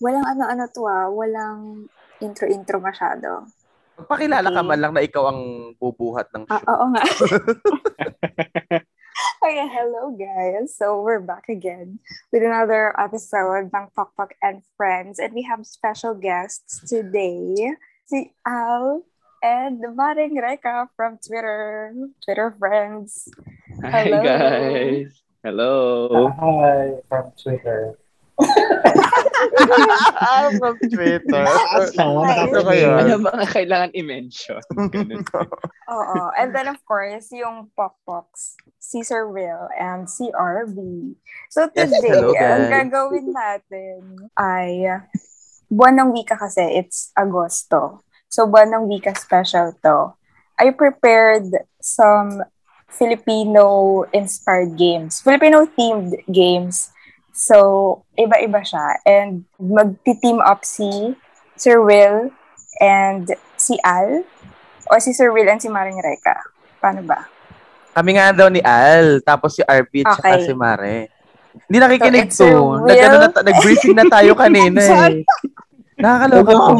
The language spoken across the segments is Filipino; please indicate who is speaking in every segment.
Speaker 1: Walang ano-ano to ah. Walang intro-intro masyado.
Speaker 2: Magpakilala ka
Speaker 1: Okay.
Speaker 2: man lang na ikaw ang bubuhat ng
Speaker 1: Ah,
Speaker 2: show.
Speaker 1: oo nga. okay, hello guys. So we're back again with another episode ng Pakpak and Friends. And we have special guests today. Si Al and Maring Reka from Twitter. Twitter friends.
Speaker 3: Hi
Speaker 1: Hello.
Speaker 3: guys. Hello.
Speaker 4: Hi, from Twitter.
Speaker 2: Ah, from Twitter.
Speaker 1: Ah, Hi.
Speaker 2: Ano ba yun?
Speaker 3: Ano mga kailangan i-mention? Ganun.
Speaker 1: Oo. And then, of course, yung Pokpoks, si Sir Will and si RB. So,
Speaker 2: Yes,
Speaker 1: today,
Speaker 2: hello,
Speaker 1: ang
Speaker 2: guys.
Speaker 1: gagawin natin ay buwan ng wika kasi it's Agosto. So, buwan ng wika special to. I prepared some Filipino-inspired games, Filipino-themed games. So, iba-iba siya. And magti-team up si Sir Will and si Al o si Sir Will and si Maring Reka? Paano ba?
Speaker 2: Kami nga daw ni Al, tapos si RB at saka
Speaker 1: Okay.
Speaker 2: si Mare. Hindi nakikinig
Speaker 1: So, it's your
Speaker 2: to. Nag, ano, na, ta- nag-briefing na tayo kanina eh. Nakakaloka to.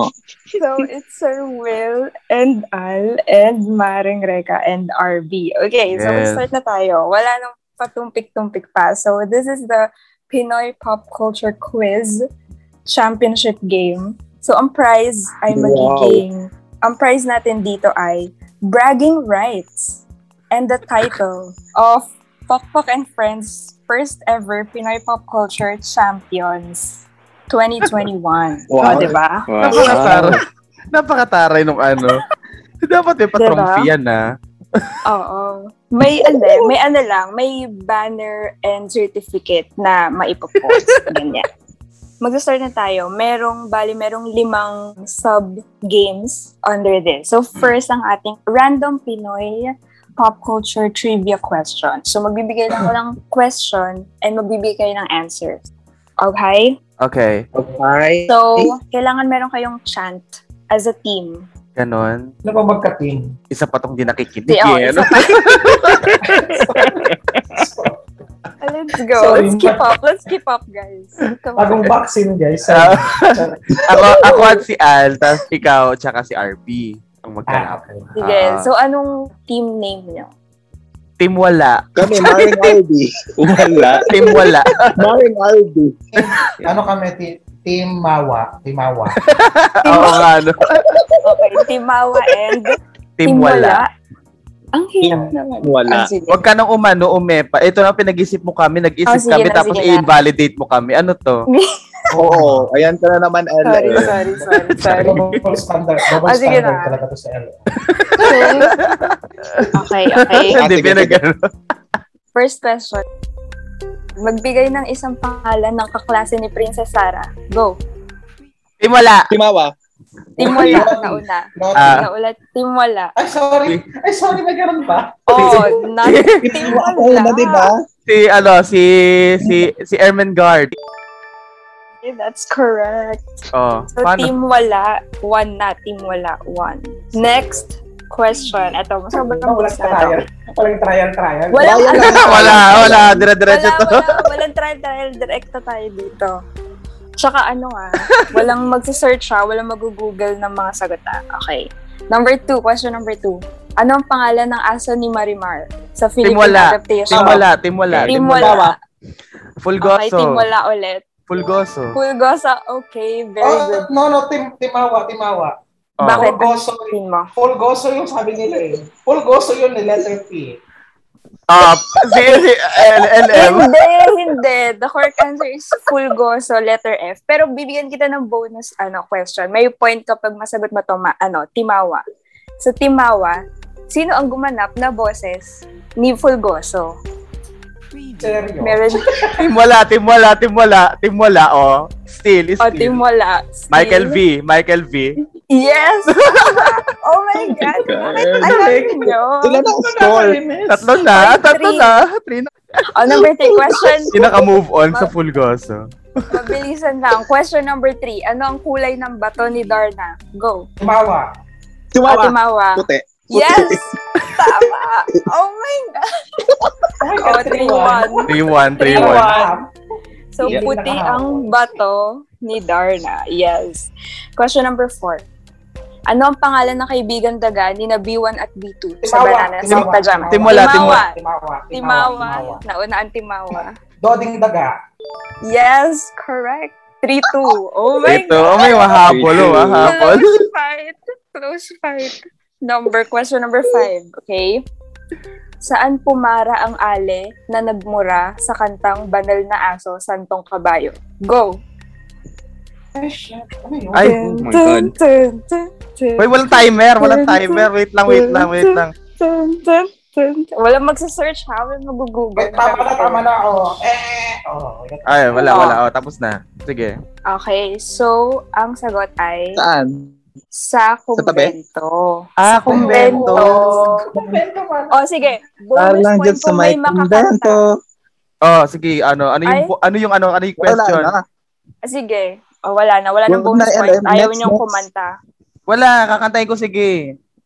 Speaker 1: So, it's Sir Will and Al and Maring Reka and RB. Okay, so
Speaker 2: Yes.
Speaker 1: start na tayo. Wala nang patumpik-tumpik pa. So, this is the Pinoy Pop Culture Quiz Championship Game. So, ang prize ay
Speaker 4: Wow.
Speaker 1: magiging... Ang prize natin dito ay Bragging Rights and the title of Pokpok and Friends first ever Pinoy Pop Culture Champions Oh, 2021. O,
Speaker 4: Wow.
Speaker 1: diba?
Speaker 3: Wow.
Speaker 2: Napakataray. Napakataray nung ano. Dapat
Speaker 1: Diba?
Speaker 2: may patrongpi yan ah.
Speaker 1: Oo. May ano, may ano lang, may banner and certificate na maipopost. Ganyan. Mag-start na tayo. Merong, bali, merong limang sub-games under this. So, first ang ating random Pinoy pop culture trivia question. So, magbibigay lang ako ng question and magbibigay kayo ng answer. Okay?
Speaker 2: Okay,
Speaker 4: Okay.
Speaker 1: So, kailangan meron kayong chant as a team.
Speaker 2: ganon.
Speaker 4: Ano ba magka-team?
Speaker 2: Isa pa tong di nakikinig
Speaker 1: Di- oh,
Speaker 2: eh.
Speaker 1: isa
Speaker 2: Ano?
Speaker 1: Ah, Let's go.
Speaker 4: Sorry.
Speaker 1: Let's keep up. Let's keep up, guys. Come on.
Speaker 4: Bagong vaccine, guys.
Speaker 2: Ah.
Speaker 4: Sorry.
Speaker 2: ako, ako at si Al, tapos ikaw, tsaka si RB ang
Speaker 4: ah,
Speaker 2: magkalaban.
Speaker 4: okay.
Speaker 1: Sige.
Speaker 2: Ah.
Speaker 1: so, anong team name nyo?
Speaker 2: Team wala.
Speaker 5: Kami, Maring Aldi.
Speaker 3: Wala.
Speaker 2: Team wala.
Speaker 5: Maring Aldi.
Speaker 4: Ano kami? Ti- team Mawa. Team Mawa.
Speaker 2: Oo nga, no?
Speaker 1: Okay, Oh, Team Mawa and
Speaker 2: Team wala.
Speaker 1: Ang hirap naman.
Speaker 3: Wala.
Speaker 1: Ah, sige.
Speaker 2: Huwag ka nang umano, umepa. Ito na pinag-isip mo kami, nag-isip
Speaker 1: Oh, sige
Speaker 2: kami,
Speaker 1: na,
Speaker 2: tapos
Speaker 1: sige na.
Speaker 2: i-invalidate mo kami. Ano to?
Speaker 5: Oo, ayan ka na naman, Al.
Speaker 1: Sorry, sorry, sorry, sorry.
Speaker 4: Double standard. Double
Speaker 1: Ah, sige
Speaker 4: standard
Speaker 1: na. Ah.
Speaker 4: talaga to sa L.
Speaker 1: okay, okay.
Speaker 5: Ah,
Speaker 2: Hindi,
Speaker 5: sige,
Speaker 2: pinag-
Speaker 1: First question. Magbigay ng isang pangalan ng kaklase ni Princess Sarah. Go.
Speaker 2: Team wala.
Speaker 5: Timawa.
Speaker 1: Team wala, nauna.
Speaker 4: Not-
Speaker 2: Ah.
Speaker 1: Nauna, team wala.
Speaker 4: Ay, sorry. Ay, sorry. May ganun ba?
Speaker 1: Oh, not team wala.
Speaker 5: Ako Oh, na, diba? di
Speaker 3: diba?
Speaker 5: ba?
Speaker 2: Si, ano, si, si, si Ermengarde.
Speaker 1: Okay, That's correct.
Speaker 2: Oh,
Speaker 1: So,
Speaker 2: paano?
Speaker 1: team wala, one na. Team wala, one. Next question. Ito, sobrang
Speaker 4: Oh, Walang
Speaker 1: bilis na ito.
Speaker 4: trial. Walang trial, trial.
Speaker 1: Wala, wala,
Speaker 2: wala, wala. Dire-diretso
Speaker 1: wala,
Speaker 2: to.
Speaker 1: wala, walang trial, trial, direkta tayo dito. Tsaka ano ah, walang magsisearch ha, walang mag-google ng mga sagot ah. Okay. Number two, question number two. Ano ang pangalan ng aso ni Marimar sa Philippine
Speaker 2: wala.
Speaker 1: adaptation?
Speaker 2: Team wala, team wala.
Speaker 1: Team wala. Okay, team
Speaker 2: Fulgoso.
Speaker 1: wala ulit.
Speaker 2: Fulgoso.
Speaker 1: Fulgosa, okay, very good.
Speaker 4: Oh, no, no. Team, team Mawa. Team Mawa.
Speaker 2: Oh.
Speaker 1: Bakit?
Speaker 4: Fulgoso.
Speaker 1: Team mo.
Speaker 4: Fulgoso yung sabi nila eh. Fulgoso yun ni letter P.
Speaker 2: Ah, si, si, LLM.
Speaker 1: Hindi, hindi. The correct answer is Fulgoso, letter F. Pero bibigyan kita ng bonus ano question. May point kapag masagot mo to, ma, ano, Timawa. Sa Timawa, sino ang gumanap na boses ni Fulgoso?
Speaker 4: Seryo.
Speaker 1: Meron
Speaker 2: Team wala, team wala, team wala, team wala, oh. Still,
Speaker 1: o
Speaker 2: still.
Speaker 1: Timola. Still-
Speaker 2: Michael V, Michael V.
Speaker 1: Yes! oh my God! Alam niyo.
Speaker 5: Ilan ang score?
Speaker 2: Tatlo na,
Speaker 1: Five,
Speaker 2: tatlo
Speaker 1: three.
Speaker 2: na. Three na.
Speaker 1: Oh, number three question.
Speaker 2: Pinaka-move on sa Fulgoso.
Speaker 1: Mabilisan lang. Question number three. Ano ang kulay ng bato ni Darna? Go.
Speaker 4: Team Mawa.
Speaker 1: O,
Speaker 5: Timawa.
Speaker 1: Timawa.
Speaker 5: Puti.
Speaker 1: Yes! Tama! Oh my God!
Speaker 4: Oh, my
Speaker 1: Oh,
Speaker 4: God, three,
Speaker 2: 3-1,
Speaker 4: one.
Speaker 2: 3-1.
Speaker 1: Three, one.
Speaker 4: Ah,
Speaker 1: So, So,
Speaker 4: Yeah.
Speaker 1: puti ang bato ni Darna. Yes. Question number four. Ano ang pangalan ng kaibigan daga ni na B1 at B2 sa
Speaker 4: Timawa.
Speaker 1: Bananas sa
Speaker 4: Timawa.
Speaker 1: Pajama?
Speaker 2: Timula,
Speaker 1: Timawa.
Speaker 4: Timawa.
Speaker 1: Timawa. Nauna ang Timawa.
Speaker 4: Doding daga.
Speaker 1: Yes, correct. 3-2. Oh my
Speaker 2: Ito, oh, may mahapol, oh, mahapol.
Speaker 1: Close fight. Close fight. Number, question number five, okay? Saan pumara ang ale na nagmura sa kantang Banal na Aso, Santong Kabayo? Go!
Speaker 4: Ay, shit. Ano yun?
Speaker 2: Ay,
Speaker 1: Dun,
Speaker 3: oh my God.
Speaker 1: dun, dun, dun,
Speaker 2: Wait, walang timer, walang timer. Wait lang, wait lang, wait lang.
Speaker 1: dun, dun, dun. Walang magsasearch ha, walang magugugol.
Speaker 4: Ay, tama na, tama na. Oh. Eh, oh. yun.
Speaker 2: Ay, wala, wala. Oh, tapos na. Sige.
Speaker 1: Okay, so ang sagot ay
Speaker 5: Saan?
Speaker 1: sa
Speaker 5: Sa tabi?
Speaker 1: kumbento.
Speaker 2: Ah,
Speaker 1: kumbento.
Speaker 4: Kumbento man.
Speaker 1: O sige, bonus
Speaker 5: Alang
Speaker 1: point
Speaker 5: dyan sa
Speaker 1: kung
Speaker 5: may
Speaker 1: may makakanta.
Speaker 5: kumbento.
Speaker 2: Oh, sige, ano, ano yung, ano yung, ano, ano yung
Speaker 5: Wala
Speaker 2: question?
Speaker 5: na.
Speaker 1: Ah, Sige. O, wala na. Wala nang
Speaker 5: Wala
Speaker 1: bonus
Speaker 5: na,
Speaker 1: point.
Speaker 5: alam.
Speaker 1: Ayaw
Speaker 5: Next,
Speaker 1: niyong
Speaker 5: next.
Speaker 1: kumanta.
Speaker 2: Wala, kakantahin ko, sige.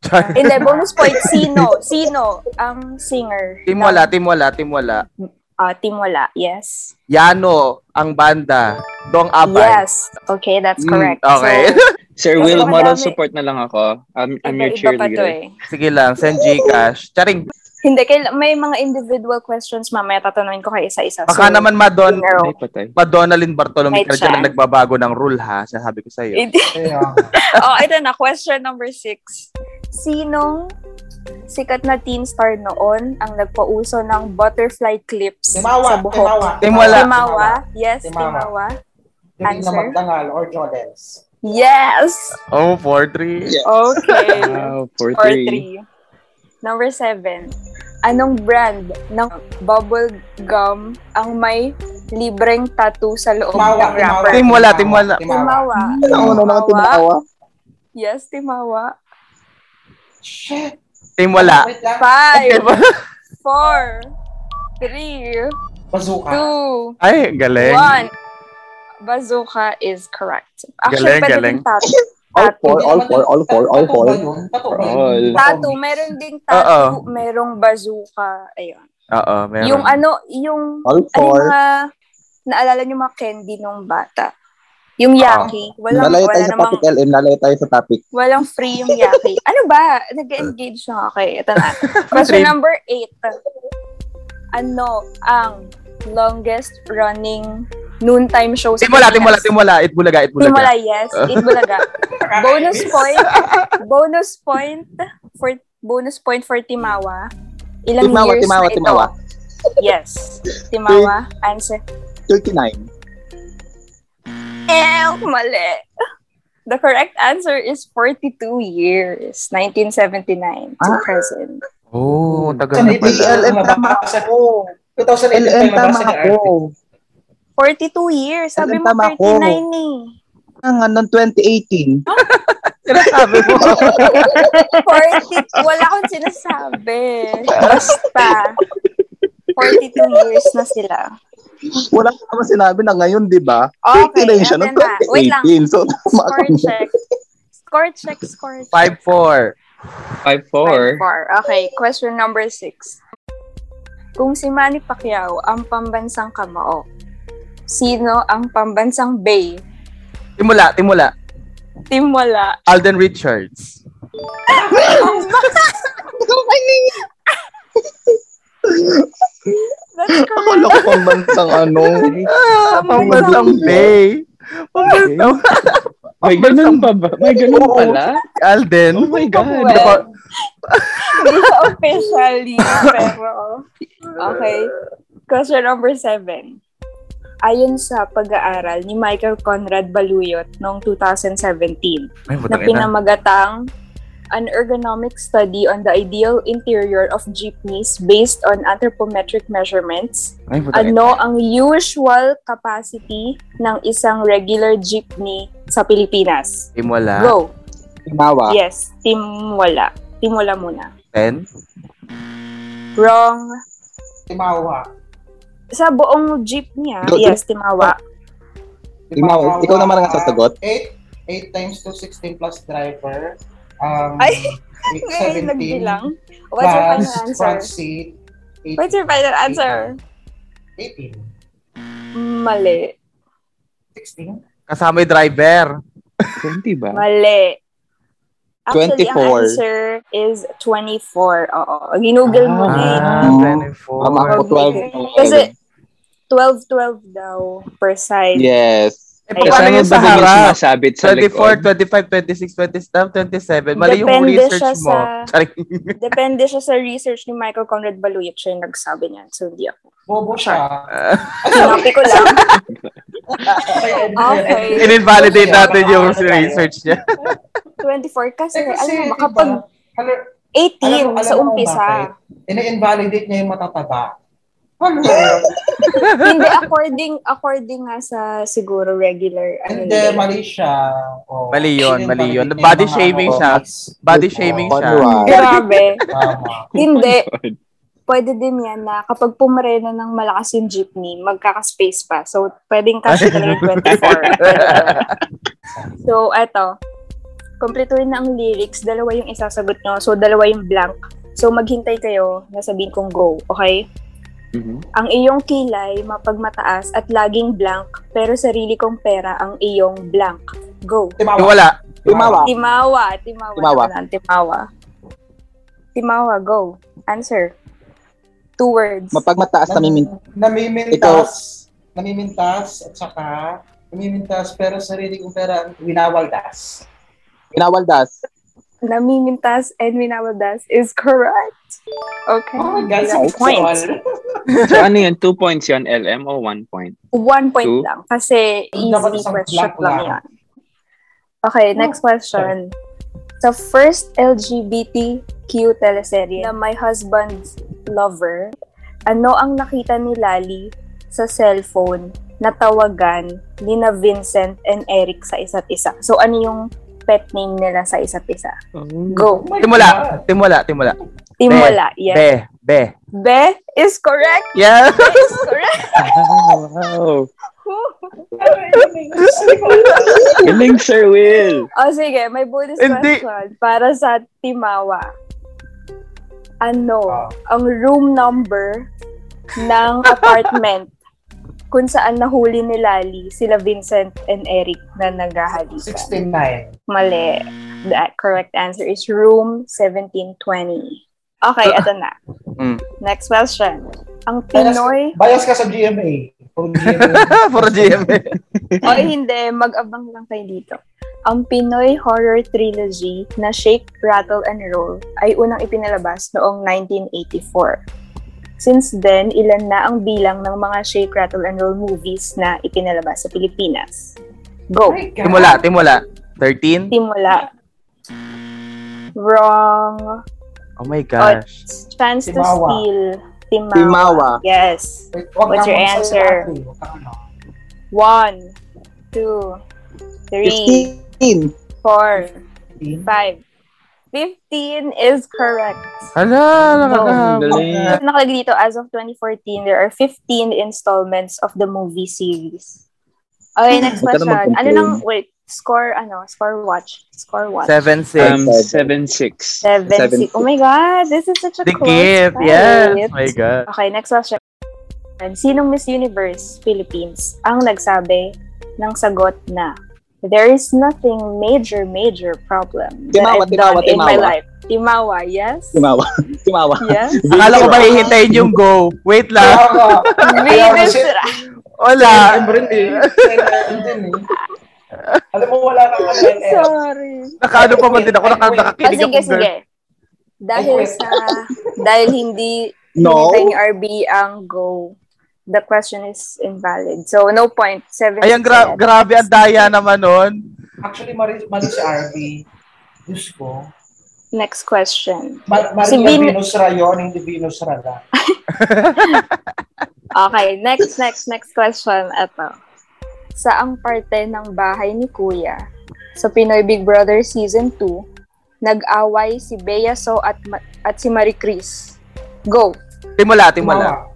Speaker 2: Char.
Speaker 1: Hindi, bonus point. Sino? Sino ang singer?
Speaker 2: Team wala, team wala, team wala.
Speaker 1: Ah, team wala. Yes.
Speaker 2: Yano, ang banda. Dong Apay.
Speaker 1: Yes. Okay, that's
Speaker 2: Mm,
Speaker 1: correct.
Speaker 2: okay.
Speaker 1: So,
Speaker 3: Sir
Speaker 1: Kasi
Speaker 3: Will, moral
Speaker 1: madami-
Speaker 3: support na lang ako. I'm, I'm your
Speaker 1: iba-iba pa to
Speaker 3: cheerleader.
Speaker 1: eh.
Speaker 2: Sige lang, send Gcash. Charing,
Speaker 1: Hindi, kail- may mga individual questions mamaya tatanungin ko kayo isa-isa.
Speaker 2: baka
Speaker 1: So, oh.
Speaker 2: naman Madon,
Speaker 1: singer.
Speaker 3: Ay, patay.
Speaker 2: Madonna Lynn Bartolome
Speaker 1: Kahit
Speaker 2: ka
Speaker 1: siya.
Speaker 2: dyan ang nagbabago ng rule ha, sinasabi ko sa'yo.
Speaker 1: Hindi.
Speaker 4: Ayun.
Speaker 1: oh, ito na. Question number six. Sinong sikat na teen star noon ang nagpauso ng butterfly clips sa
Speaker 4: Timawa.
Speaker 1: buhok?
Speaker 4: Timawa.
Speaker 2: Timwala.
Speaker 1: Timawa. Yes,
Speaker 4: Timawa.
Speaker 1: timawa.
Speaker 4: Hindi na
Speaker 1: Answer?
Speaker 4: magdangal or Jolens.
Speaker 1: Yes!
Speaker 2: Oh, 4-3.
Speaker 5: Yeah.
Speaker 1: Okay.
Speaker 2: Ah,
Speaker 3: Wow, 4-3.
Speaker 1: Or three. Number seven. Anong brand ng bubble gum ang may libreng tattoo sa loob
Speaker 4: Timawa.
Speaker 1: ng wrapper?
Speaker 2: Team wala, team wala.
Speaker 1: Oh, Timawa.
Speaker 5: Ano naman tumawa?
Speaker 1: Yes, timawa.
Speaker 4: Shit.
Speaker 2: Team wala.
Speaker 4: Wait lang.
Speaker 1: Five,
Speaker 2: Team wala.
Speaker 1: four, three,
Speaker 4: Bazooka.
Speaker 1: two,
Speaker 2: Ay, galing.
Speaker 1: one. Bazooka is correct. Actually, pwede ding
Speaker 2: Galing, galing. Oh,
Speaker 1: tattoo.
Speaker 5: All four,
Speaker 1: Tattoo.
Speaker 5: all four, all four, all four.
Speaker 3: All.
Speaker 1: Tattoo. Meron ding tattoo. Merong bazooka. Ayun.
Speaker 2: Oo, meron.
Speaker 1: Yung ano, yung
Speaker 5: All
Speaker 1: Ano
Speaker 5: four.
Speaker 1: yung mga, naalala nyo mga candy nung bata? Yung yaki. walang,
Speaker 5: Nalayo
Speaker 1: wala
Speaker 5: Ah, tayo sa
Speaker 1: namang,
Speaker 5: topic, LM. Nalayo tayo sa topic.
Speaker 1: walang free yung yaki. ano ba? Nag-engage na ako. Okay, ito na. Question
Speaker 2: Free.
Speaker 1: number eight. Ano ang longest running noontime show sa
Speaker 2: Timwala, timwala,
Speaker 1: Pilipinas?
Speaker 2: timwala. Itbulaga, itbulaga.
Speaker 1: Timula, yes. Itbulaga. bonus point. bonus point for bonus point for Timawa. Ilang
Speaker 5: Timawa,
Speaker 1: years
Speaker 5: Timawa,
Speaker 1: na ito?
Speaker 5: Timawa.
Speaker 1: Yes. Timawa, answer.
Speaker 5: 39.
Speaker 1: Eh, mali. The correct answer is 42 years, 1979 to
Speaker 5: Ah.
Speaker 1: present.
Speaker 2: Oh,
Speaker 1: Hmm.
Speaker 2: tagal
Speaker 4: Sa ano
Speaker 2: na
Speaker 5: Hindi,
Speaker 2: pala.
Speaker 4: BBL.
Speaker 5: LM tama ako. LM
Speaker 4: 2018 tayo
Speaker 5: tama
Speaker 4: nabasa ni
Speaker 5: ako.
Speaker 4: Arte.
Speaker 1: 42 years, sabi mo
Speaker 5: Alam, tama
Speaker 1: 39
Speaker 5: ko.
Speaker 1: eh.
Speaker 5: Ang anong 2018.
Speaker 2: Sinasabi mo.
Speaker 1: 40, wala akong sinasabi. Basta. 42 years na sila.
Speaker 5: Wala ka naman sinabi na ngayon, di ba?
Speaker 1: Okay,
Speaker 5: 39 siya
Speaker 1: eto
Speaker 5: noong
Speaker 1: na. Wait lang,
Speaker 5: 2018. So, tama ako.
Speaker 1: score check. Score check, score check.
Speaker 2: 5-4.
Speaker 3: 5-4.
Speaker 1: Far. Okay, question number six. Kung si Manny Pacquiao ang pambansang kamao, sino ang pambansang bay?
Speaker 2: Timula, timula.
Speaker 1: Team wala.
Speaker 2: Alden Richards.
Speaker 1: That's
Speaker 5: Ako
Speaker 1: correct.
Speaker 5: lang ko pambansang ano.
Speaker 2: Ah, pambansang Bay. Pambansang
Speaker 3: May ganun pa ba? May ganun
Speaker 2: Oo.
Speaker 3: pala?
Speaker 2: Alden.
Speaker 3: Oh my God.
Speaker 2: Hindi ko-
Speaker 1: Hindi siya officially, pero... Okay. Question number seven. Ayon sa pag-aaral ni Michael Conrad Baluyot noong 2017, na
Speaker 2: Ay, putang ina.
Speaker 1: pinamagatang an ergonomic study on the ideal interior of jeepneys based on anthropometric measurements.
Speaker 2: Ay, putang ina.
Speaker 1: Ano ang usual capacity ng isang regular jeepney sa Pilipinas?
Speaker 2: Timula.
Speaker 1: Go!
Speaker 5: Timawa.
Speaker 1: Yes, team wala. Team wala muna.
Speaker 2: 10.
Speaker 1: Wrong.
Speaker 4: Timawa.
Speaker 1: Sa buong jeep niya,
Speaker 5: Go,
Speaker 1: yes, timawa.
Speaker 5: Timawa. Ikaw naman ang sasagot.
Speaker 4: 8 8 times 2, 16 plus driver. Um,
Speaker 1: Ay,
Speaker 4: eight,
Speaker 1: Ngayon
Speaker 4: 17
Speaker 1: nagbilang. What's your
Speaker 4: plus
Speaker 1: final answer?
Speaker 4: front seat, eight-
Speaker 1: What's your final answer?
Speaker 4: 18.
Speaker 1: Mali.
Speaker 4: 16?
Speaker 2: Kasama yung driver.
Speaker 3: 20 ba?
Speaker 1: Mali. Actually,
Speaker 5: 24.
Speaker 1: ang answer is 24. Oo. Ginugol mo eh.
Speaker 2: Ah,
Speaker 5: Oo.
Speaker 2: 24.
Speaker 5: Tama ko, 12.
Speaker 1: Kasi 12-12 daw per side.
Speaker 5: Yes.
Speaker 2: Eh,
Speaker 1: Ay,
Speaker 3: Kasama
Speaker 2: paano yung
Speaker 3: ba
Speaker 2: sa
Speaker 3: din yung
Speaker 2: harap?
Speaker 3: sumasabit sa
Speaker 2: 24,
Speaker 3: likod?
Speaker 2: 25, 26, 27. Mali yung
Speaker 1: Depende siya
Speaker 2: research mo.
Speaker 1: sa-
Speaker 2: Sorry.
Speaker 1: Depende siya sa research ni Michael Conrad Baluyat. Siya yung nagsabi niyan. So, hindi ako.
Speaker 4: Bobo siya.
Speaker 1: Sinabi ko lang. Okay.
Speaker 4: Okay.
Speaker 2: In-invalidate
Speaker 4: Kasi,
Speaker 2: natin yung
Speaker 4: ano tayo?
Speaker 2: research niya.
Speaker 1: 24 kasi,
Speaker 4: Eh, kasi,
Speaker 1: alam mo,
Speaker 4: diba,
Speaker 1: kapag
Speaker 4: Ano,
Speaker 1: 18
Speaker 4: alam mo-
Speaker 1: sa
Speaker 4: alam mo
Speaker 1: umpisa,
Speaker 4: bakit? ini-invalidate niya yung matataba. Ano? Hello.
Speaker 1: hindi according according nga sa siguro regular ano
Speaker 4: Hindi,
Speaker 1: yun.
Speaker 4: mali siya. Oh.
Speaker 2: Mali yun, mali yun.
Speaker 4: In-invalidate
Speaker 2: Body
Speaker 4: niya yung
Speaker 2: shaming
Speaker 4: mga
Speaker 2: siya.
Speaker 4: boys.
Speaker 2: Body
Speaker 4: Oo,
Speaker 2: shaming siya.
Speaker 5: Conrad.
Speaker 1: Grabe.
Speaker 4: Oh Tama.
Speaker 1: hindi. Pwede din yan na kapag pumarena ng malakas yung jeepney, magkaka-space pa. So, pwedeng kasi na yung 24. so, eto. Kompletuhin na ang lyrics. Dalawa yung isasagot nyo. So, dalawa yung blank. So, maghintay kayo na sabihin kong go. Okay?
Speaker 3: Mhm.
Speaker 1: Ang iyong kilay, mapagmataas at laging blank, pero sarili kong pera ang iyong blank. Go.
Speaker 4: Timawa.
Speaker 2: Yung wala.
Speaker 5: Timawa.
Speaker 1: Timawa. Timawa.
Speaker 5: Timawa.
Speaker 1: naman, Timawa. Timawa, go. Answer. Two words.
Speaker 5: Mapagmataas na mimin.
Speaker 4: Namimintas. Namimintas at saka namimintas pero sarili kong pera ang winawaldas.
Speaker 5: Pinawaldas.
Speaker 1: Namimintas and minawadas is correct. Okay.
Speaker 4: Oh my God,
Speaker 1: Two
Speaker 4: so
Speaker 1: points.
Speaker 3: So ano yun? 2 points yun, LM o 1 point?
Speaker 1: One point
Speaker 3: Two.
Speaker 1: lang. Kasi
Speaker 4: Dapat
Speaker 1: easy
Speaker 4: isang
Speaker 1: question
Speaker 4: blank Oh,
Speaker 1: lang
Speaker 4: lang.
Speaker 1: yan. Okay, next question. Sa first LGBTQ teleserye na my husband's lover, ano ang nakita ni Lali sa cellphone na tawagan ni na Vincent and Eric sa isa't isa? So, ano yung pet name nila sa isa't isa?
Speaker 4: Oh
Speaker 1: Go.
Speaker 2: Timula. Timula. Timula.
Speaker 1: Timula. Yes.
Speaker 2: Be. Be.
Speaker 1: Be is correct.
Speaker 2: Yeah.
Speaker 1: Be is correct.
Speaker 3: Wow!
Speaker 4: Timula.
Speaker 3: Galing, Sir Will!
Speaker 1: O Oh, sige, may bonus
Speaker 2: Hindi.
Speaker 1: question para sa Timawa. Ano
Speaker 4: Ah.
Speaker 1: ang room number ng apartment kung saan nahuli ni Lali sila Vincent and Eric na naghahalikan?
Speaker 4: 69.
Speaker 1: Mali. The correct answer is room 1720. Okay, eto na.
Speaker 2: Mm.
Speaker 1: Next question. Ang
Speaker 4: Bias-
Speaker 1: Pinoy...
Speaker 4: Bias ka sa GMA. Kung GMA.
Speaker 2: For GMA.
Speaker 1: o eh, hindi, mag-abang lang kayo dito. Ang Pinoy Horror Trilogy na Shake, Rattle, and Roll ay unang ipinalabas noong 1984. Since then, ilan na ang bilang ng mga Shake, Rattle, and Roll movies na ipinalabas sa Pilipinas? Go!
Speaker 4: my God.
Speaker 2: Timula. Timula. 13?
Speaker 1: Simula. Wrong.
Speaker 2: Oh my gosh.
Speaker 1: Chance to
Speaker 4: Timawa.
Speaker 1: steal. Timawa.
Speaker 5: Timawa.
Speaker 1: Yes.
Speaker 4: Wait, wag
Speaker 1: What's
Speaker 4: kang
Speaker 1: your
Speaker 4: magsalita,
Speaker 1: answer?
Speaker 4: pre. Wag kang ano.
Speaker 1: One, two, three,
Speaker 5: 15.
Speaker 1: four,
Speaker 4: Fifteen?
Speaker 1: five. Fifteen is correct.
Speaker 2: Hala,
Speaker 1: Oh,
Speaker 3: Ang
Speaker 2: nakakahaba.
Speaker 3: Galing.
Speaker 1: At nakalagay dito, as of 2014, there are 15 installments of the movie series. Okay, next
Speaker 5: Huwag ka na
Speaker 1: question. Ano
Speaker 5: mag-complain.
Speaker 1: lang, wait, score, ano, score watch. Score watch.
Speaker 2: 7-6.
Speaker 3: Um, 7-6.
Speaker 1: Seven,
Speaker 5: Seven,
Speaker 1: six. Oh my God, this is such a
Speaker 2: Dikit.
Speaker 1: close fight.
Speaker 2: Yes. My God.
Speaker 1: Okay, next question. Sinong Miss Universe Philippines ang nagsabi ng sagot na there is nothing major, major problem that
Speaker 5: Timawa,
Speaker 1: I've done
Speaker 5: timawa,
Speaker 1: in my
Speaker 5: timawa.
Speaker 1: life? Timawa, yes?
Speaker 5: Timawa. Timawa.
Speaker 1: Yes?
Speaker 2: Akala ko ba
Speaker 5: eh?
Speaker 2: hihintayin yung go? Wait lang.
Speaker 4: Kaya ka. Kaya ako
Speaker 1: Venus
Speaker 4: si-
Speaker 2: Wala.
Speaker 4: Same rin eh. Same rin eh. Alam mo, wala kang ano eh.
Speaker 1: Sorry.
Speaker 2: Nakaano pa man din ako. Naka,
Speaker 1: O
Speaker 2: nakakinig
Speaker 1: sige,
Speaker 2: ako. girl.
Speaker 1: sige. Dahil sa, dahil hindi
Speaker 5: No.
Speaker 1: hinintay ni RB ang go, the question is invalid. So, no point. Seven.
Speaker 2: Ayan, gra-
Speaker 1: seven.
Speaker 2: grabe ang daya naman nun.
Speaker 4: Actually, mali, mali si RV. Diyos ko.
Speaker 1: Next question.
Speaker 4: Ma- mali
Speaker 1: Si
Speaker 4: si
Speaker 1: Vin-
Speaker 4: Venus Ra yun, hindi Venus Ra na.
Speaker 1: Okay, next, next, next question. Ito. Saang parte ng bahay ni Kuya sa Pinoy Big Brother Season 2, nag-away si Bea So at, Ma- at si Marie Chris? Go!
Speaker 2: Timula, timula.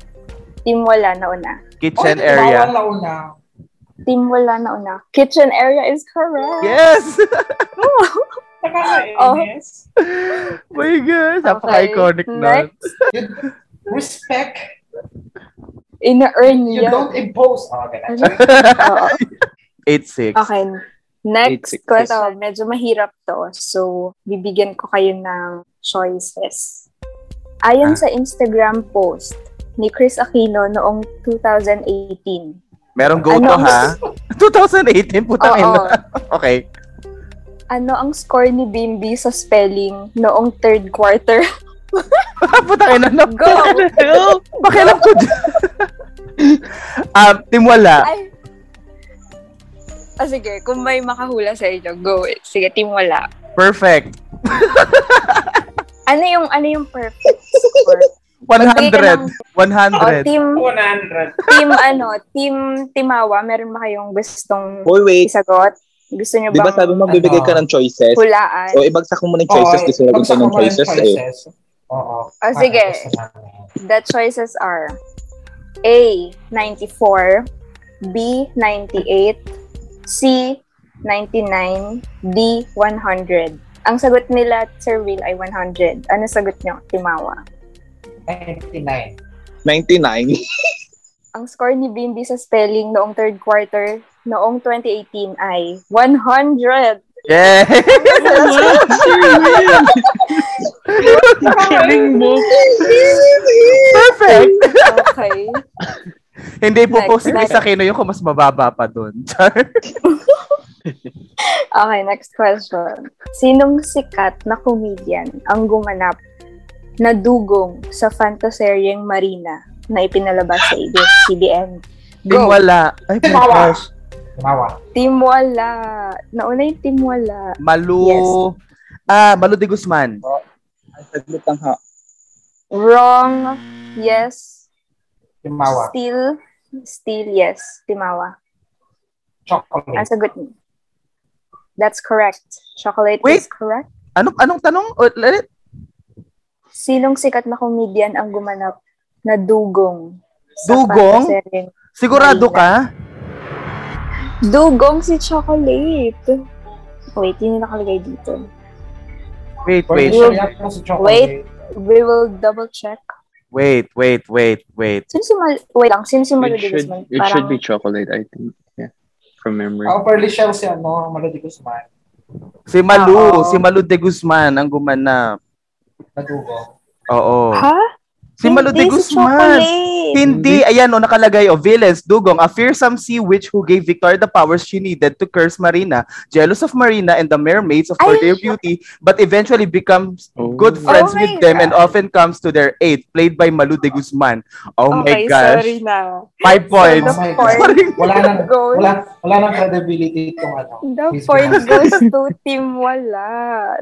Speaker 1: Team wala na una.
Speaker 4: Oh,
Speaker 2: Kitchen area.
Speaker 4: Timawa na una.
Speaker 1: Team wala na una. Kitchen area is correct!
Speaker 2: Yes!
Speaker 4: eh,
Speaker 1: Oh.
Speaker 4: Nakakainis.
Speaker 2: My God, napaka-iconic nun.
Speaker 1: next.
Speaker 4: Yun, Respect.
Speaker 1: Ina-earn
Speaker 4: You
Speaker 1: yun.
Speaker 4: don't impose. Oh, ganun.
Speaker 1: Ano? Oo.
Speaker 2: 8-6.
Speaker 1: Okay. Next
Speaker 3: Eight, six,
Speaker 1: ko ito. Medyo mahirap to. So, bibigyan ko kayo ng choices. Ayon
Speaker 3: Ah.
Speaker 1: sa Instagram post ni Chris Aquino noong 2018.
Speaker 2: Merong go to
Speaker 1: Ano?
Speaker 2: ha. 2018, putang
Speaker 1: Oo.
Speaker 2: ina. Okay.
Speaker 1: Ano ang score ni Bimby sa spelling noong third quarter?
Speaker 2: putang ina. No.
Speaker 1: Go!
Speaker 2: Pakialam ko dyan. um, timwala.
Speaker 1: Ay. Ah, sige. Kung may makahula sa inyo, go. Sige, team wala.
Speaker 2: Perfect.
Speaker 1: Ano yung, ano yung perfect score? Magbigay ka ng-
Speaker 2: 100.
Speaker 1: Oh, Oo,
Speaker 2: 100.
Speaker 1: team,
Speaker 4: 100.
Speaker 1: team ano, team Timawa, meron ba kayong gustong
Speaker 5: Hoy, wait.
Speaker 1: isagot? Gusto nyo
Speaker 5: Di ba
Speaker 1: bang
Speaker 5: sabi mo bibigay ka ng choices?
Speaker 1: hulaan?
Speaker 5: So, ibagsak mo muna yung choices kasi
Speaker 4: Oh,
Speaker 5: nagot ka ng choices eh.
Speaker 4: Oo. Ah,
Speaker 1: Oh, sige. The choices are A, 94, B, 98, C, 99, D, 100. Ang sagot nila, Sir Will, ay 100. Ano sagot nyo, Timawa?
Speaker 4: 99.
Speaker 5: eh. 99.
Speaker 1: Ang score ni Bimbi sa spelling noong third quarter noong 2018 ay 100.
Speaker 2: Yeah.
Speaker 3: Galing mo.
Speaker 2: Perfect.
Speaker 1: Okay.
Speaker 2: Hindi po po si
Speaker 1: Next,
Speaker 2: Chris Aquino yung kung mas mababa pa dun. Char.
Speaker 1: Okay, next question. Sinong sikat na comedian ang gumanap na dugong sa fantaseryeng Marina na ipinalabas sa ABS-CBN? Go!
Speaker 2: Timwala. Ay, my
Speaker 4: Timwala.
Speaker 2: gosh.
Speaker 4: Tumawa.
Speaker 1: Team Wala. Nauna yung Team Wala.
Speaker 2: Malu.
Speaker 1: Yes.
Speaker 2: Ah, Malu de Guzman.
Speaker 5: Ay, Saglit lang ha.
Speaker 1: Wrong. Yes.
Speaker 4: Tumawa.
Speaker 1: Still. Still, yes. Timawa. Ang
Speaker 4: Chocolate.
Speaker 1: sagot niyo. That's correct. Chocolate
Speaker 2: Wait.
Speaker 1: is correct.
Speaker 2: Anong, anong tanong? Ulit?
Speaker 1: Sinong sikat na comedian ang gumanap na dugong? sa
Speaker 2: Dugong?
Speaker 1: fantaseryeng
Speaker 2: Sigurado ka?
Speaker 1: Dugong si Chocolate. Wait, yun yung nakalagay dito.
Speaker 2: Wait,
Speaker 4: Wait,
Speaker 2: wait.
Speaker 4: si chocolate.
Speaker 1: We will double check.
Speaker 2: Wait, wait, wait, wait.
Speaker 1: Sino si Mal... Wait lang, sino
Speaker 3: It
Speaker 1: si Malulugis
Speaker 3: should,
Speaker 1: man?
Speaker 3: it should be chocolate, I think. Yeah. From memory.
Speaker 4: Ang pearly shell si ano, Melody Guzman.
Speaker 2: Si Malu.
Speaker 1: Oo.
Speaker 2: Si Malu de Guzman ang gumanap.
Speaker 4: Nadugo.
Speaker 2: Oo.
Speaker 1: Ha?
Speaker 2: Si Malu de
Speaker 1: Hindi, si
Speaker 2: Guzman.
Speaker 1: Chocolate.
Speaker 2: Hindi. Ayan, o, nakalagay. O, villains, dugong, a fearsome sea witch who gave Victoria the powers she needed to curse Marina, jealous of Marina and the mermaids of for
Speaker 1: Ay!
Speaker 2: their beauty, but eventually becomes
Speaker 3: Oh.
Speaker 2: good friends
Speaker 1: my
Speaker 2: with them and
Speaker 1: God.
Speaker 2: often comes to their aid, played by Malu de Guzman. Oh
Speaker 1: okay,
Speaker 2: my gosh.
Speaker 1: sorry na.
Speaker 2: Five points.
Speaker 1: The point
Speaker 2: Sorry.
Speaker 4: Oh my Wala nang,
Speaker 1: goes...
Speaker 4: wala, wala nang credibility itong ano.
Speaker 1: The
Speaker 4: Miss
Speaker 1: point
Speaker 4: Guzman.
Speaker 1: goes to Team Wala.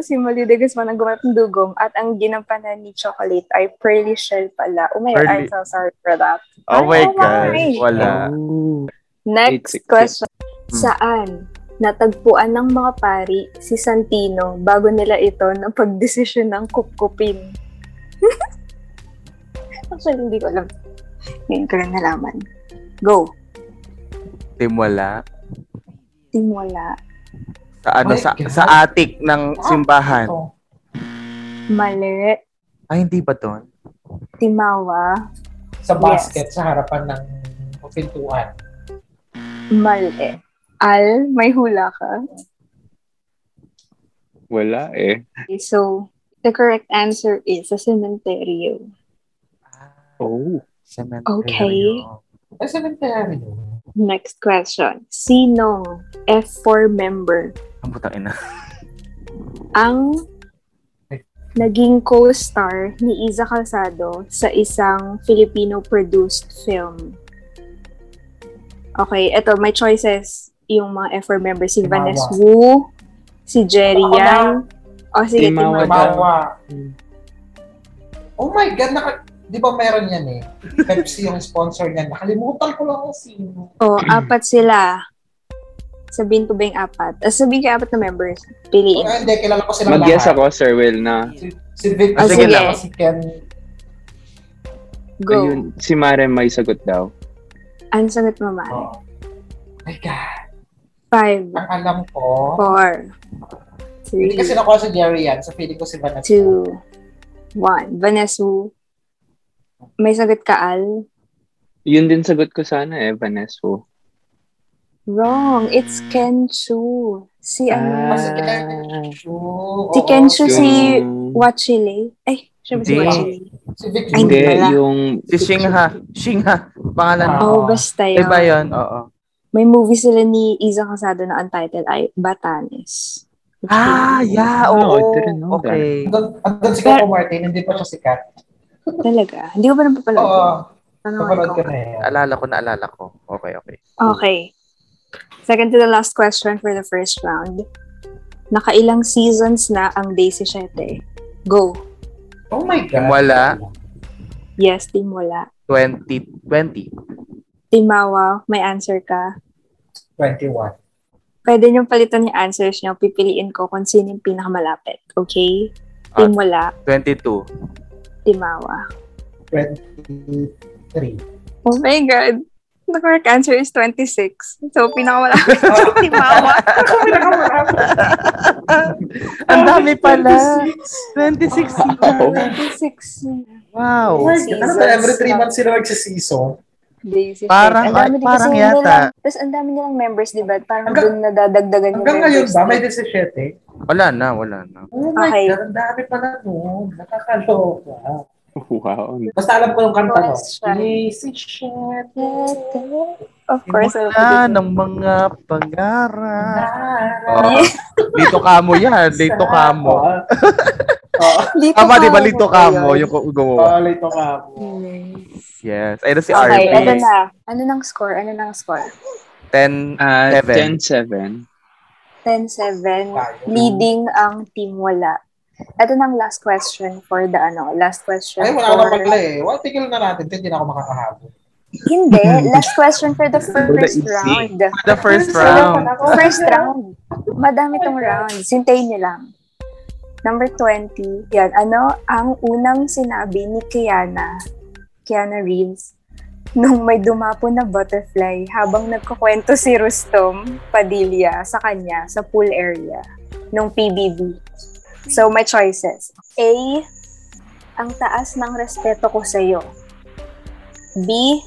Speaker 1: Si Malulugis Guzman ang gumanap ng dugong at ang ginampanan ni Chocolate ay Pearly Shell pala. Oh my God, I'm
Speaker 2: Pearly.
Speaker 1: so sorry for that.
Speaker 2: Oh my
Speaker 1: Oh
Speaker 2: gosh.
Speaker 1: my.
Speaker 2: Wala.
Speaker 3: Oh.
Speaker 1: Next
Speaker 3: Eight, six,
Speaker 1: question. Saan natagpuan ng mga pari si Santino bago nila ito ng pagdesisyon ng kupkupin? Actually, hindi ko alam. Ngayon ko lang nalaman. Go.
Speaker 2: Team wala.
Speaker 1: Timwala.
Speaker 2: Sa ano,
Speaker 4: My
Speaker 2: sa,
Speaker 4: God.
Speaker 2: sa attic ng simbahan.
Speaker 4: Ito.
Speaker 1: Mali.
Speaker 2: Ay, hindi ba doon?
Speaker 1: Timawa.
Speaker 4: Sa basket, sa harapan ng pintuan.
Speaker 1: Mali. Al, may hula ka.
Speaker 3: Wala eh.
Speaker 1: Okay, so, the correct answer is sa cementerio.
Speaker 3: Oh.
Speaker 2: Cemetery.
Speaker 1: Okay.
Speaker 4: Ay, sa cemetery yun.
Speaker 1: Next question. Sinong F4 member
Speaker 2: Ang putang ina.
Speaker 1: ang naging co-star ni Iza Calzado sa isang Filipino-produced film. Okay, eto, may choices yung mga F4 members. Si
Speaker 4: Timawa.
Speaker 1: Vanessa Wu, si Jerry
Speaker 4: Ako na.
Speaker 1: Yang, o sige,
Speaker 3: Timawa
Speaker 1: Timawa.
Speaker 4: Mawa. Oh my God, naka, di ba meron yan eh? Pepsi yung sponsor niyan. Nakalimutan ko lang kung sino.
Speaker 1: O, apat sila. Sabihin ko ba yung apat? Ah, sabihin ko yung apat na members. Piliin.
Speaker 4: Ah, hindi, kilala ko sila
Speaker 3: Mag-guess ako, Sir Will, na
Speaker 4: Si, si Vic,
Speaker 2: Ah,
Speaker 1: sige
Speaker 4: na.
Speaker 1: lang.
Speaker 4: si Ken.
Speaker 1: Go.
Speaker 3: ayun, si Mare may sagot daw.
Speaker 1: Ano sagot mo, Mari?
Speaker 4: Oh. my God.
Speaker 1: Five,
Speaker 4: Ang alam ko,
Speaker 1: four, three,
Speaker 4: hindi kasi nakuha si Jerry yan. So, feeling ko si Vanessa.
Speaker 1: two, one. Vanessa, may sagot ka, Al?
Speaker 3: Yun din sagot ko sana eh, Vanesso.
Speaker 1: Wrong. It's Kenshu. Si ano?
Speaker 4: Ah, si Kenshu.
Speaker 1: Ah. Si
Speaker 4: oo.
Speaker 1: Kenshu si
Speaker 3: Yung-
Speaker 1: Wachile. Ay, siya ba si
Speaker 2: Hindi.
Speaker 1: Wachile?
Speaker 4: Si Vic
Speaker 1: Ay,
Speaker 3: Hindi,
Speaker 1: wala.
Speaker 3: yung...
Speaker 2: Si Shingha. Shingha. Pangalan.
Speaker 4: Ah.
Speaker 1: Oo, oh, basta yun.
Speaker 2: Iba yun. Oo.
Speaker 1: May movie sila ni Isa Casado na untitled ay Batanes.
Speaker 2: Ah, yeah. Oo.
Speaker 3: I didn't know that.
Speaker 2: okay.
Speaker 4: Andun, andun si Coco Martin, hindi pa siya sikat.
Speaker 1: Talaga. Hindi ko pa napapala.
Speaker 4: Oo,
Speaker 1: Ano
Speaker 4: napanood
Speaker 1: ko?
Speaker 4: ko na yan.
Speaker 2: Alala ko, naalala ko. Okay, okay.
Speaker 1: Okay. Second to the last question for the first round. Nakailang seasons na ang Day 17? Go.
Speaker 4: Oh my God.
Speaker 2: Wala.
Speaker 1: Yes, Team Wala.
Speaker 2: 2020.
Speaker 1: Team Mawa, may answer ka.
Speaker 4: 21.
Speaker 1: Pwede niyong palitan yung answers niyo. Pipiliin ko kung sino yung pinakamalapit. Okay? Team Wala,
Speaker 2: 22.
Speaker 1: Team Mawa.
Speaker 4: 23.
Speaker 1: Oh my God. The correct answer is 26. So, pinakamalapit si Team Mawa.
Speaker 2: Ang dami pala. 26 Oh.
Speaker 5: Wow.
Speaker 1: 26.
Speaker 4: Oh
Speaker 2: Wow.
Speaker 4: my God. Ano ba, every 3 months sila nagsiseason?
Speaker 1: Daisy Ang
Speaker 2: Parang-
Speaker 1: dami din
Speaker 2: parang
Speaker 1: kasi nilang-
Speaker 2: yata.
Speaker 1: Tapos ang dami nilang members, di ba? Parang
Speaker 4: Hanggang-
Speaker 1: doon nadadagdagan yung
Speaker 4: Hanggang ngayon
Speaker 1: members.
Speaker 4: ba, may 17?
Speaker 2: Wala na, wala na.
Speaker 4: Oh my
Speaker 1: Okay.
Speaker 4: God, ang dami pala nun. Nakakaloka.
Speaker 3: Wow.
Speaker 4: Basta alam ko yung kanta no.
Speaker 1: Yes, right.
Speaker 4: Easy shit.
Speaker 1: Of course. alam ko
Speaker 2: Wala
Speaker 1: din.
Speaker 2: ng mga pangarap.
Speaker 4: Nara.
Speaker 2: Oh, dito ka mo yan. Dito ka mo.
Speaker 4: Oo,
Speaker 1: Dito
Speaker 2: Tama, di ba?
Speaker 1: mo
Speaker 2: Dito
Speaker 1: ba
Speaker 2: ka
Speaker 1: yun?
Speaker 2: mo. Yung gu- gumawa.
Speaker 4: oh, lito ka mo.
Speaker 2: Yes. Ayun na si
Speaker 1: Okay,
Speaker 2: RP.
Speaker 1: eto na. Ano nang score? Ano nang score?
Speaker 2: 10.
Speaker 3: Ah,
Speaker 2: Seven.
Speaker 3: 10-7.
Speaker 1: 10-7. Leading ang team wala. Ito nang last question for the ano, last question
Speaker 4: Ay,
Speaker 1: for...
Speaker 4: wala na pala eh. Wala, tigil na natin. Hindi na ako makakahabol.
Speaker 1: Hindi, last question for the first
Speaker 5: easy.
Speaker 1: round.
Speaker 2: The first
Speaker 4: Sayang
Speaker 2: round.
Speaker 4: pala ako.
Speaker 1: Oh, First round. Madami tong round. Sintayin niyo lang. Number 20. Yan. Ano ang unang sinabi ni Kiana, Kiana Reeves, nung may dumapo na butterfly habang nagkukwento si Rustom Padilla sa kanya sa pool area nung PBB. So, my choices. A. Ang taas ng respeto ko sa'yo. B.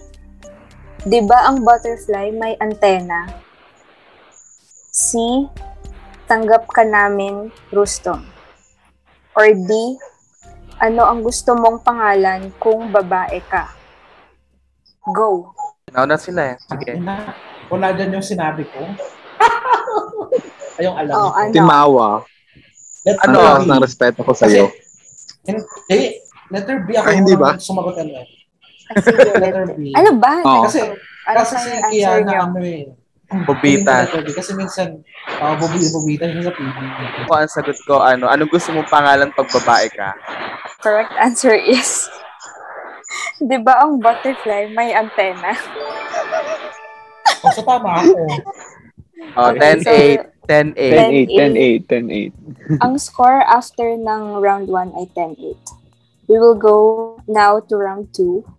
Speaker 1: Di ba ang butterfly may antena? C. Tanggap ka namin, Rustom. Or D. Ano ang gusto mong pangalan kung babae ka? Go.
Speaker 2: Now na sila eh. Sige.
Speaker 1: Ano?
Speaker 4: Ayun na. Wala dyan yung sinabi ko. Ayong alam
Speaker 1: Oh,
Speaker 4: ko.
Speaker 1: ano?
Speaker 5: Timawa.
Speaker 4: Let-
Speaker 5: Ano?
Speaker 2: Ano?
Speaker 5: Ang taas ng respeto ko
Speaker 4: Kasi,
Speaker 5: sa'yo.
Speaker 4: hindi. Letter B ako.
Speaker 5: Ah, hindi ba?
Speaker 4: unang Sumagot ano.
Speaker 1: Ah, Sige,
Speaker 4: Letter
Speaker 1: let-
Speaker 4: B.
Speaker 1: ano ba?
Speaker 5: Oo.
Speaker 4: Kasi,
Speaker 1: ano
Speaker 4: kasi
Speaker 1: pa
Speaker 4: si
Speaker 1: yung answer
Speaker 4: Kiana,
Speaker 1: niyo?
Speaker 4: ano eh.
Speaker 2: Bubita.
Speaker 4: Letter B. Kasi minsan, uh, bubita, bubita siya sa PB.
Speaker 2: Ako ang sagot ko, ano, anong gusto mong pangalan pag babae ka?
Speaker 1: Correct answer is... Di ba ang butterfly may antena?
Speaker 4: Oh, so tama ako.
Speaker 2: Oh,
Speaker 1: Okay, so- 10-8.
Speaker 2: 10-8. 10-8.
Speaker 3: 10-8, 10-8.
Speaker 1: ang score after ng round 1 ay 10-8. We will go now to round 2.